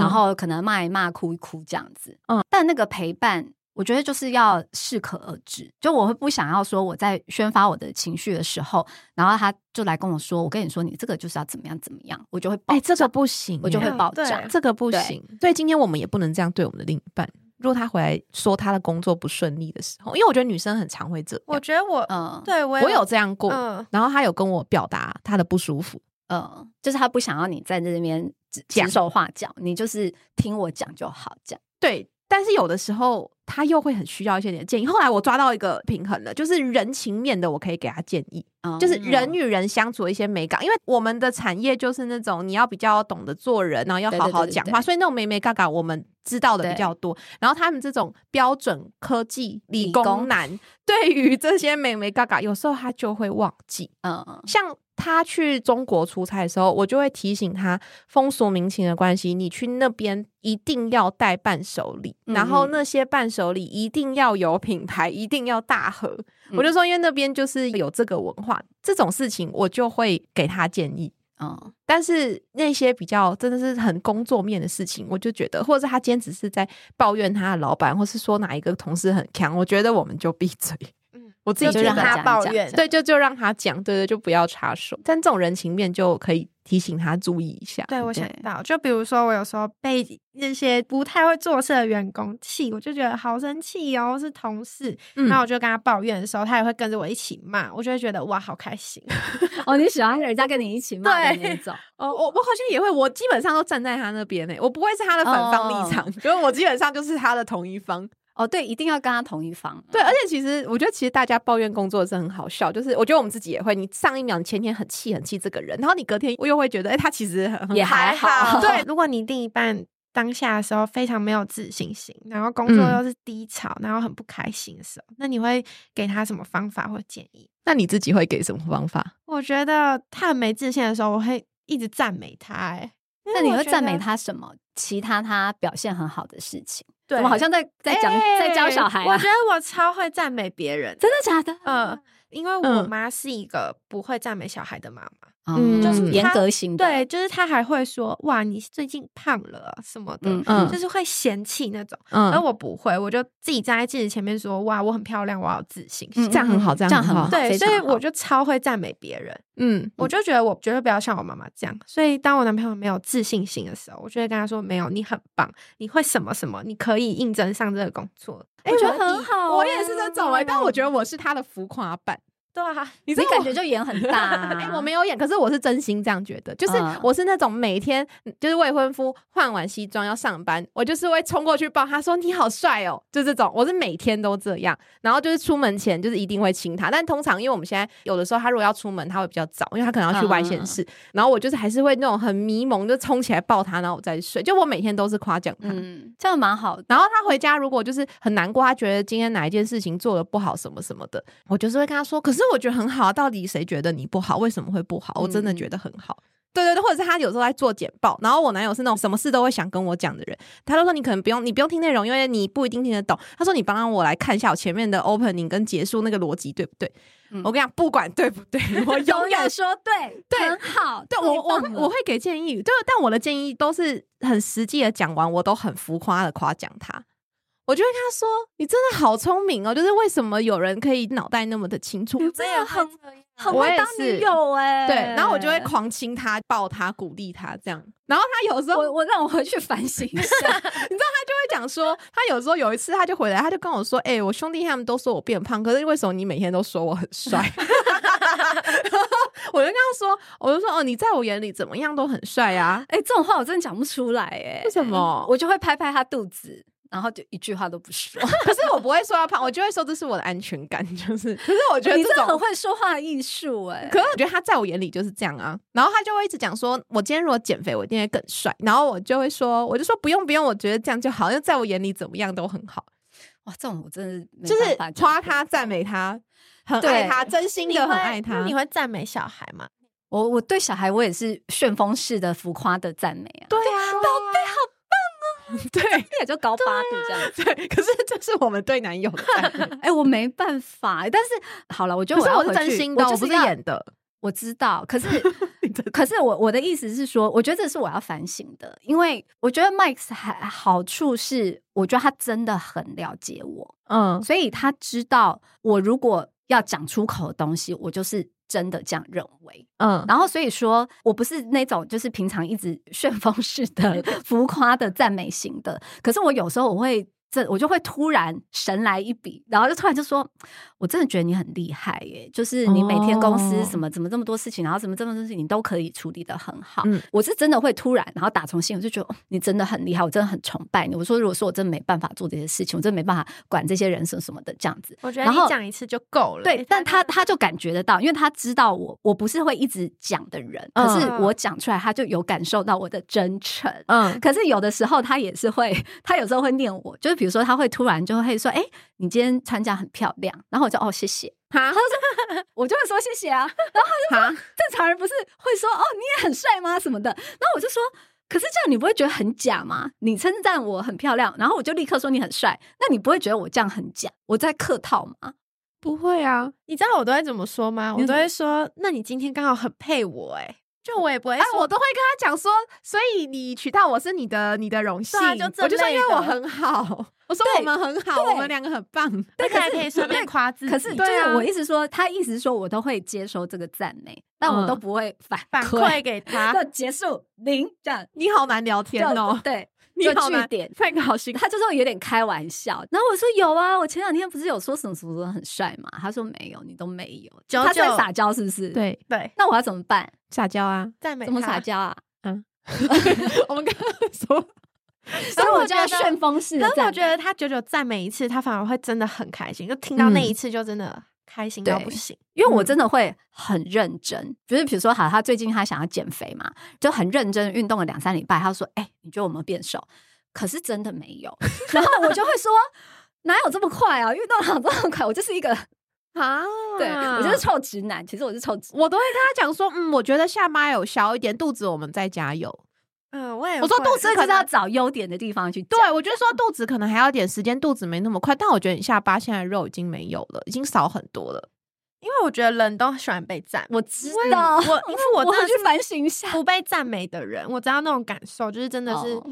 S1: 然后可能骂一骂、哭一哭这样子。
S3: 嗯
S1: 嗯，但那个陪伴，我觉得就是要适可而止。就我会不想要说我在宣发我的情绪的时候，然后他就来跟我说：“我跟你说，你这个就是要怎么样怎么样。”我就会爆
S3: 哎、这
S1: 炸
S3: 个不行、
S1: 我就会
S3: 哎
S1: 爆
S2: 对
S1: 炸。
S3: 这个不行。所以今天我们也不能这样对我们的另一半。如果他回来说他的工作不顺利的时候，因为我觉得女生很常会这样，
S2: 我觉得我，
S1: 嗯，
S2: 对我
S3: 我有这样过，
S2: 嗯，
S3: 然后他有跟我表达他的不舒服，
S1: 嗯，就是他不想要你在这边指
S3: 讲
S1: 指手画脚，你就是听我讲就好，这样。
S3: 对，但是有的时候他又会很需要一些点建议。后来我抓到一个平衡了，就是人情面的，我可以给他建议，
S1: 嗯
S3: 就是人与人相处的一些美感，因为我们的产业就是那种你要比较懂得做人，然后要
S1: 对
S3: 好
S1: 对
S3: 好
S1: 对对
S3: 讲
S1: 对
S3: 话，所以那种美美嘎嘎我们知道的比
S1: 对
S3: 较多。然后他们这种标准科技理
S1: 理
S3: 工
S1: 工
S3: 男，对于这些美美嘎嘎，有时候他就会忘记。
S1: 嗯，
S3: 像他去中国出差的时候，我就会提醒他风俗民情的关系，你去那边一定要带伴手礼，
S1: 嗯
S3: 然后那些伴手礼一定要有品牌，一定要大盒。我就说，因为那边就是有这个文化，这种事情我就会给他建议。 [LAUGHS]
S1: 嗯
S3: 但是那些比较真的是很工作面的事情，我就觉得，或者是他今天只是在抱怨他的老板，或是说哪一个同事很强，我觉得我们就闭嘴。
S2: 嗯
S3: 我自己
S1: 就
S3: 觉
S1: 让
S3: 得
S1: 他
S2: 他
S1: 讲
S2: 抱
S1: 讲
S2: 怨，
S1: 讲
S3: 对，就就让他讲，对对，就不要插手。但这种人情面就可以提醒他注意一下。
S2: 对，我想
S1: 对
S2: 到，就比如说，我有时候被那些不太会做事的员工气，我就觉得好生气哦，是同事。
S3: 嗯
S2: 那、我就跟他抱怨的时候，他也会跟着我一起骂，我就会觉得哇，好开心。
S1: 哦，你喜欢人家跟你一起骂的那
S3: 对
S1: 种，
S3: 哦，我我好像也会，我基本上都站在他那边呢、欸我不会是他的反方立场，因为、我基本上就是他的同一方。
S1: 哦，对，一定要跟他同一方。
S3: [LAUGHS] 对，而且其实我觉得，其实大家抱怨工作是很好笑，就是我觉得我们自己也会，你上一秒你前天很气很气这个人，然后你隔天又会觉得，哎、他其实很
S1: 也还好
S2: 对，如果你另一半当下的时候非常没有自信心，然后工作
S3: 嗯
S2: 又是低潮，然后很不开心的时候，那你会给他什么方法或建议？
S3: [LAUGHS] 那你自己会给什么方法？
S2: 我觉得他很没自信的时候，我会一直赞美他、哎，因
S1: 那
S2: 为
S1: 你
S2: 我
S1: 会
S2: 觉
S1: 赞
S2: 得
S1: 美？他什么？其他他表现很好的事情，
S2: 对，
S1: 我们好像在在讲、在教小孩、
S2: 欸我
S1: 啊
S2: 觉，得我超会赞美别人，
S1: [LAUGHS] 真的假的？哦
S2: 嗯，因为我
S3: 嗯
S2: 妈是一个不会赞美小孩的妈妈，
S1: 嗯，
S3: 就
S1: 就是是
S3: 他
S1: 严格型的，
S2: 对，就是她还会说哇，你最近胖了啊什么的，
S1: 嗯
S3: 嗯
S1: 嗯
S2: 就是会嫌弃那种。
S3: 嗯
S2: 而我不会，我就自己站在镜子前面说哇，我很漂亮，我要有自信心。
S1: 嗯，
S3: 这样很好
S1: 嗯
S3: 这样
S1: 这样
S3: 很好
S1: 好，
S2: 对，
S1: 非
S2: 所
S1: 常
S2: 以
S1: 好
S2: 我就超会赞美别人，
S3: 嗯，
S2: 我就觉得我绝对不要像我妈妈这样。所以当我男朋友没有自信心的时候，我就会跟他说：“没有，你很棒，你会什么什么，你可以应征上这个工作。”
S3: 哎
S2: 我觉得
S3: 我
S1: 很
S2: 你
S1: 好
S3: 我
S1: 欸
S3: 嗯也是这种哎、但我觉得我是他的浮夸版。
S2: 对啊，
S1: 你
S3: 知道
S1: 感觉就演很大、啊
S3: [LAUGHS] 哎、我没有演，可是我是真心这样觉得，就是
S1: 嗯
S3: 我是那种每天嗯就是未婚夫换完西装要上班，我就是会冲过去抱他说你好帅哦，就这种，我是每天都这样。然后就是出门前就是一定会亲他，但通常因为我们现在有的时候他如果要出门，他会比较早，因为他可能要去
S1: 嗯
S3: 外县市，然后我就是还是会那种很迷蒙，就冲起来抱他，然后我再睡。就我每天都是夸奖他。
S1: 嗯，这样蛮好的。
S3: 然后他回家如果就是很难过，他觉得今天哪一件事情做的不好什么什么的，我就是会跟他说，可是我觉得很好，啊到底谁觉得你不好？为什么会不好？我真的觉得很好。对对对，或者是他有时候在做简报，然后我男友是那种什么事都会想跟我讲的人，他就说你可能不用，你不用听内容，因为你不一定听得懂。他说你帮帮我来看一下我前面的 opening 跟结束那个逻辑对不对？
S1: 嗯
S3: 我跟你讲，不管对不对，我永
S1: 永
S3: 远
S1: 远说对，
S3: 对
S1: 很好。
S3: 对我我
S1: 太
S3: 会
S1: 棒了
S3: 我会给建议，对，但我的建议都是很实际的讲完，我都很浮夸的夸奖他。我就会跟他说：“你真的好聪明哦！就是为什么有人可以脑袋那么的清楚，
S1: 真的很很
S3: 我
S1: 会
S3: 也
S1: 当
S3: 是
S1: 女友哎、
S3: 对。”然后我就会狂亲他、抱他、鼓励他这样。然后他有时
S1: [LAUGHS]
S3: 候
S1: 我我让我回去反省一下。
S3: 会讲说，他有时候有一次他就回来，他就跟我说：“哎、我兄弟他们都说我变胖，可是为什么你每天都说我很帅？” [LAUGHS] 然后我就跟他说：“我就说哦，你在我眼里怎么样都很帅啊。
S1: 哎、这种话我真的讲不出来哎、
S3: 为什么
S1: 我就会拍拍他肚子，然后就一句话都不说。
S3: 可是我不会说他胖，我就会说这是我的安全感， [LAUGHS] 就是。可是我觉得
S1: 你
S3: 这
S1: 真的很
S3: 种，
S1: 会说话的艺术哎。
S3: 可是我觉得他在我眼里就是这样啊。然后他就会一直讲说，我今天如果减肥，我一定会更帅。然后我就会说，我就说不用不用，我觉得这样就好，因为在我眼里怎么样都很好，
S1: 哇，这种我真的没
S3: 就是
S1: 办法讲
S3: 夸他、赞美他，很
S1: 对
S3: 爱他，真心的很爱
S2: 那
S3: 他。 [LAUGHS]
S2: 你会赞美小孩吗？
S1: 我我对小孩我也是旋风式的浮夸的赞美啊，
S3: 对啊，宝贝好棒哦。
S1: 也就高八度这样子。
S3: 对对，可是这是我们对男友的赞美，
S1: 啊哎、我没办法，欸但是好了，我觉
S3: 可
S1: 得
S3: 是
S1: 要
S3: 我
S1: 回
S3: 是
S1: 去
S3: 真心的，
S1: 我
S3: 我
S1: 就
S3: 不
S1: 是
S3: 是
S1: 要
S3: 演的。
S1: 我知道，可是
S3: [LAUGHS] 你真的
S1: 可是我我的意思是说，我觉得这是我要反省的，因为我觉得 Mike 还好处是，我觉得他真的很了解我，
S3: 嗯，
S1: 所以他知道我如果要讲出口的东西，我就是真的这样认为。
S3: 嗯，
S1: 然后所以说我不是那种就是平常一直旋风式
S3: [LAUGHS]
S1: 的浮夸的赞美型的，可是我有时候我会。这我就会突然神来一笔，然后就突然就说，我真的觉得你很厉害耶！就是你每天公司
S3: 哦
S1: 什么怎么这么多事情，然后怎么这么多事情，你都可以处理的很好。
S3: 嗯
S1: 我是真的会突然，然后打从心里我就觉得、哦你真的很厉害，我真的很崇拜你。我说如果说我真的没办法做这些事情，我真的没办法管这些人什么什么的这样子，
S2: 我觉得
S1: 然
S2: 你
S1: 后
S2: 讲一次就够了。
S1: 对，但他他就感觉得到，因为他知道我我不是会一直讲的人，可是
S2: 嗯
S1: 我讲出来，他就有感受到我的真诚。
S3: [LAUGHS] 嗯，
S1: 可是有的时候他也是会，他有时候会念我，就是比如说他会突然就会说：“哎、你今天穿这样很漂亮。”然后我就哦谢谢，
S3: 哈
S1: 我就会说谢 [LAUGHS] 谢啊。
S3: 哈，
S1: 正常人不是会说哦你也很帅吗什么的，然后我就说。可是这样你不会觉得很假吗？你称赞我很漂亮，然后我就立刻说你很帅，那你不会觉得我这样很假？我在客套吗？
S3: 不会啊，
S2: 你知道我都会怎么说吗？
S1: 你
S2: 我
S1: 怎
S2: 都
S1: 么
S2: 会说，那你今天刚好很配我、欸，就我也不会
S1: 啊
S3: 哎、
S2: 说，
S3: 我都会跟他讲说，所以你娶到我是你的你的荣幸，
S2: 对啊就这
S3: 我就说
S2: 类
S3: 因
S2: 的
S3: 为我很好，我说
S1: 对
S3: 我们很好，
S1: 对
S3: 我们两个很棒，
S2: 而且还可以顺便
S1: 对
S2: 夸自己。
S1: 可是就
S3: 对
S1: 是
S3: 啊
S1: 我意思说，他意思是说我都会接收这个赞美，但我
S3: 嗯
S1: 都不会反
S2: 反馈
S1: 馈。啊
S2: 给他，
S1: 就结束零这 [LAUGHS] 样，
S3: 你好难聊
S1: 就
S3: 天哦，
S1: 对，
S3: 你
S1: 就
S3: 好
S1: 据
S3: 难，
S1: 点。
S3: 太搞笑，
S1: 他就是有点开玩笑，然后我说有啊，我前两天不是有说什么什么什么很帅嘛？他说没有，你都没有，
S2: 九
S1: 他在
S2: 九
S1: 撒娇是不是？，
S3: 对，
S2: 对，
S1: 那我要怎么办？
S3: 撒娇啊，
S2: 赞美
S1: 怎么
S2: 他
S1: 撒？娇啊？
S3: [LAUGHS] 我们刚刚说，
S1: 所以
S2: 我
S1: 我就要
S2: 觉得
S1: 旋风式的
S2: 可是
S1: 赞
S2: 我
S1: 美，
S2: 觉得他久久赞美一次，他反而会真的很开心，就听到那一次就真的开心到
S1: 嗯对
S2: 不行。
S1: 因为我
S3: 嗯
S1: 真的会很认真，就是比如说，好，他最近他想要减肥嘛，就很认真运动了两三礼拜。他说：“哎、你觉得我们变瘦？”可是真的没有。然后我就会说：“哪有这么快啊？运动哪有这么快？我就是
S3: [LAUGHS]
S1: 一个，
S3: 啊，
S1: 对我就是臭直男。其实我是臭直，
S3: 我都会跟他讲说，嗯，我觉得下巴有小一点，肚子我们再加油。
S2: 嗯，我也
S3: 我说
S2: 会
S3: 肚
S1: 所
S3: 子
S1: 以就是要找优点的地方去讲。
S3: 对，我就说肚子可能还要点时间，肚子没那么快，但我觉得你下巴现在肉已经没有了，已经少很多了。
S2: 因为我觉得人都喜欢被赞，
S1: 我知道，
S2: 我因为我
S1: [LAUGHS] 我
S2: 真
S1: 会
S2: 的
S1: 去
S2: 是
S1: 反省一下。
S2: 不被赞美的人，我知道那种感受，就是真的是
S1: 哦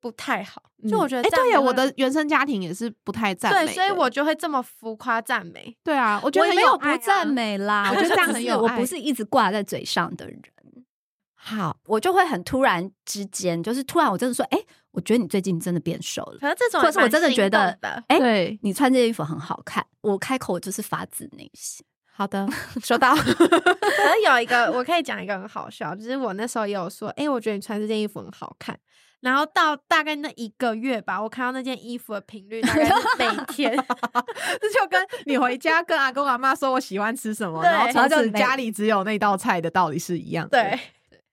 S2: 不太好。
S3: 嗯
S2: 就我觉得
S3: 哎、
S2: 赞美
S1: 啊
S2: 会，
S3: 对呀，我的原生家庭也是不太赞
S2: 对，
S3: 美的，
S2: 所以我就会这么浮夸赞美。
S3: 对啊，我觉
S1: 我
S3: 得
S1: 也
S3: 很
S1: 没有不
S3: 爱啊
S1: 赞。美啦，我
S3: 我觉得
S1: 就
S3: 这样
S1: 只
S3: 很
S1: 是
S3: 有
S1: 我
S3: 爱
S1: 不是一直挂在嘴上的人。
S3: 好，
S1: 我就会很突然之间，就是突然我真的说，哎、我觉得你最近真的变瘦了，
S2: 可是这种
S1: 或
S2: 也
S1: 是我
S2: 蛮
S1: 真的
S2: 心
S1: 觉
S2: 动
S1: 得
S2: 的
S1: 哎
S3: 对，
S1: 你穿这件衣服很好看。我开口就是发自内心，
S3: 好的，收到。
S2: 可能有一个，我可以讲一个很好笑，就是我那时候也有说，哎、我觉得你穿这件衣服很好看。然后到大概那一个月吧，我看到那件衣服的频率大概是每天，
S1: [LAUGHS]
S3: 这就跟你回家跟阿公阿妈说我喜欢吃什么，
S2: 对
S3: 然后
S1: 然后
S3: 从
S1: 就
S3: 此
S1: 没
S3: 家里只有那道菜的道理是一样的。
S2: 对，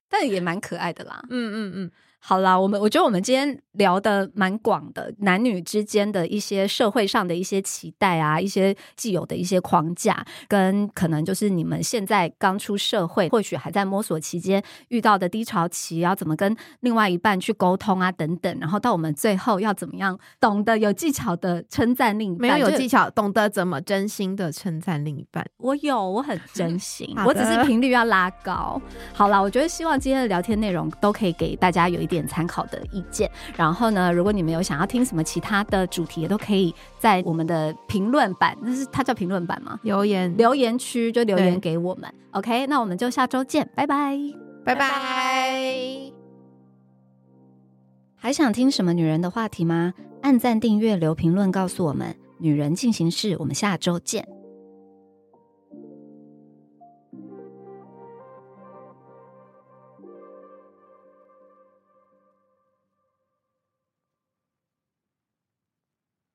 S1: 但也蛮可爱的啦。
S3: 嗯嗯嗯，
S1: 好啦，我们我觉得我们今天聊的蛮广的，男女之间的一些社会上的一些期待啊，一些既有的一些框架，跟可能就是你们现在刚出社会，或许还在摸索期间遇到的低潮期，要怎么跟另外一半去沟通啊，等等，然后到我们最后要怎么样懂得有技巧的称赞另一
S3: 没
S1: 半，
S3: 有有
S1: 就
S3: 技巧，懂得怎么真心的称赞另一半。
S1: 我有，我 [LAUGHS] 很真心
S3: 好，的
S1: 我只是频率要拉高。好啦，我觉得希望今天的聊天内容都可以给大家有一点参考的意见。然后呢，如果你们有想要听什么其他的主题，也都可以在我们的评论版，那是它叫评论版吗？
S3: 留言，
S1: 留言区就留言
S3: 对
S1: 给我们。OK，那我们就下周见，拜拜。
S2: 拜
S3: 拜。
S1: 还想听什么女人的话题吗？按赞、订阅、留评论，告诉我们。女人进行式，我们下周见。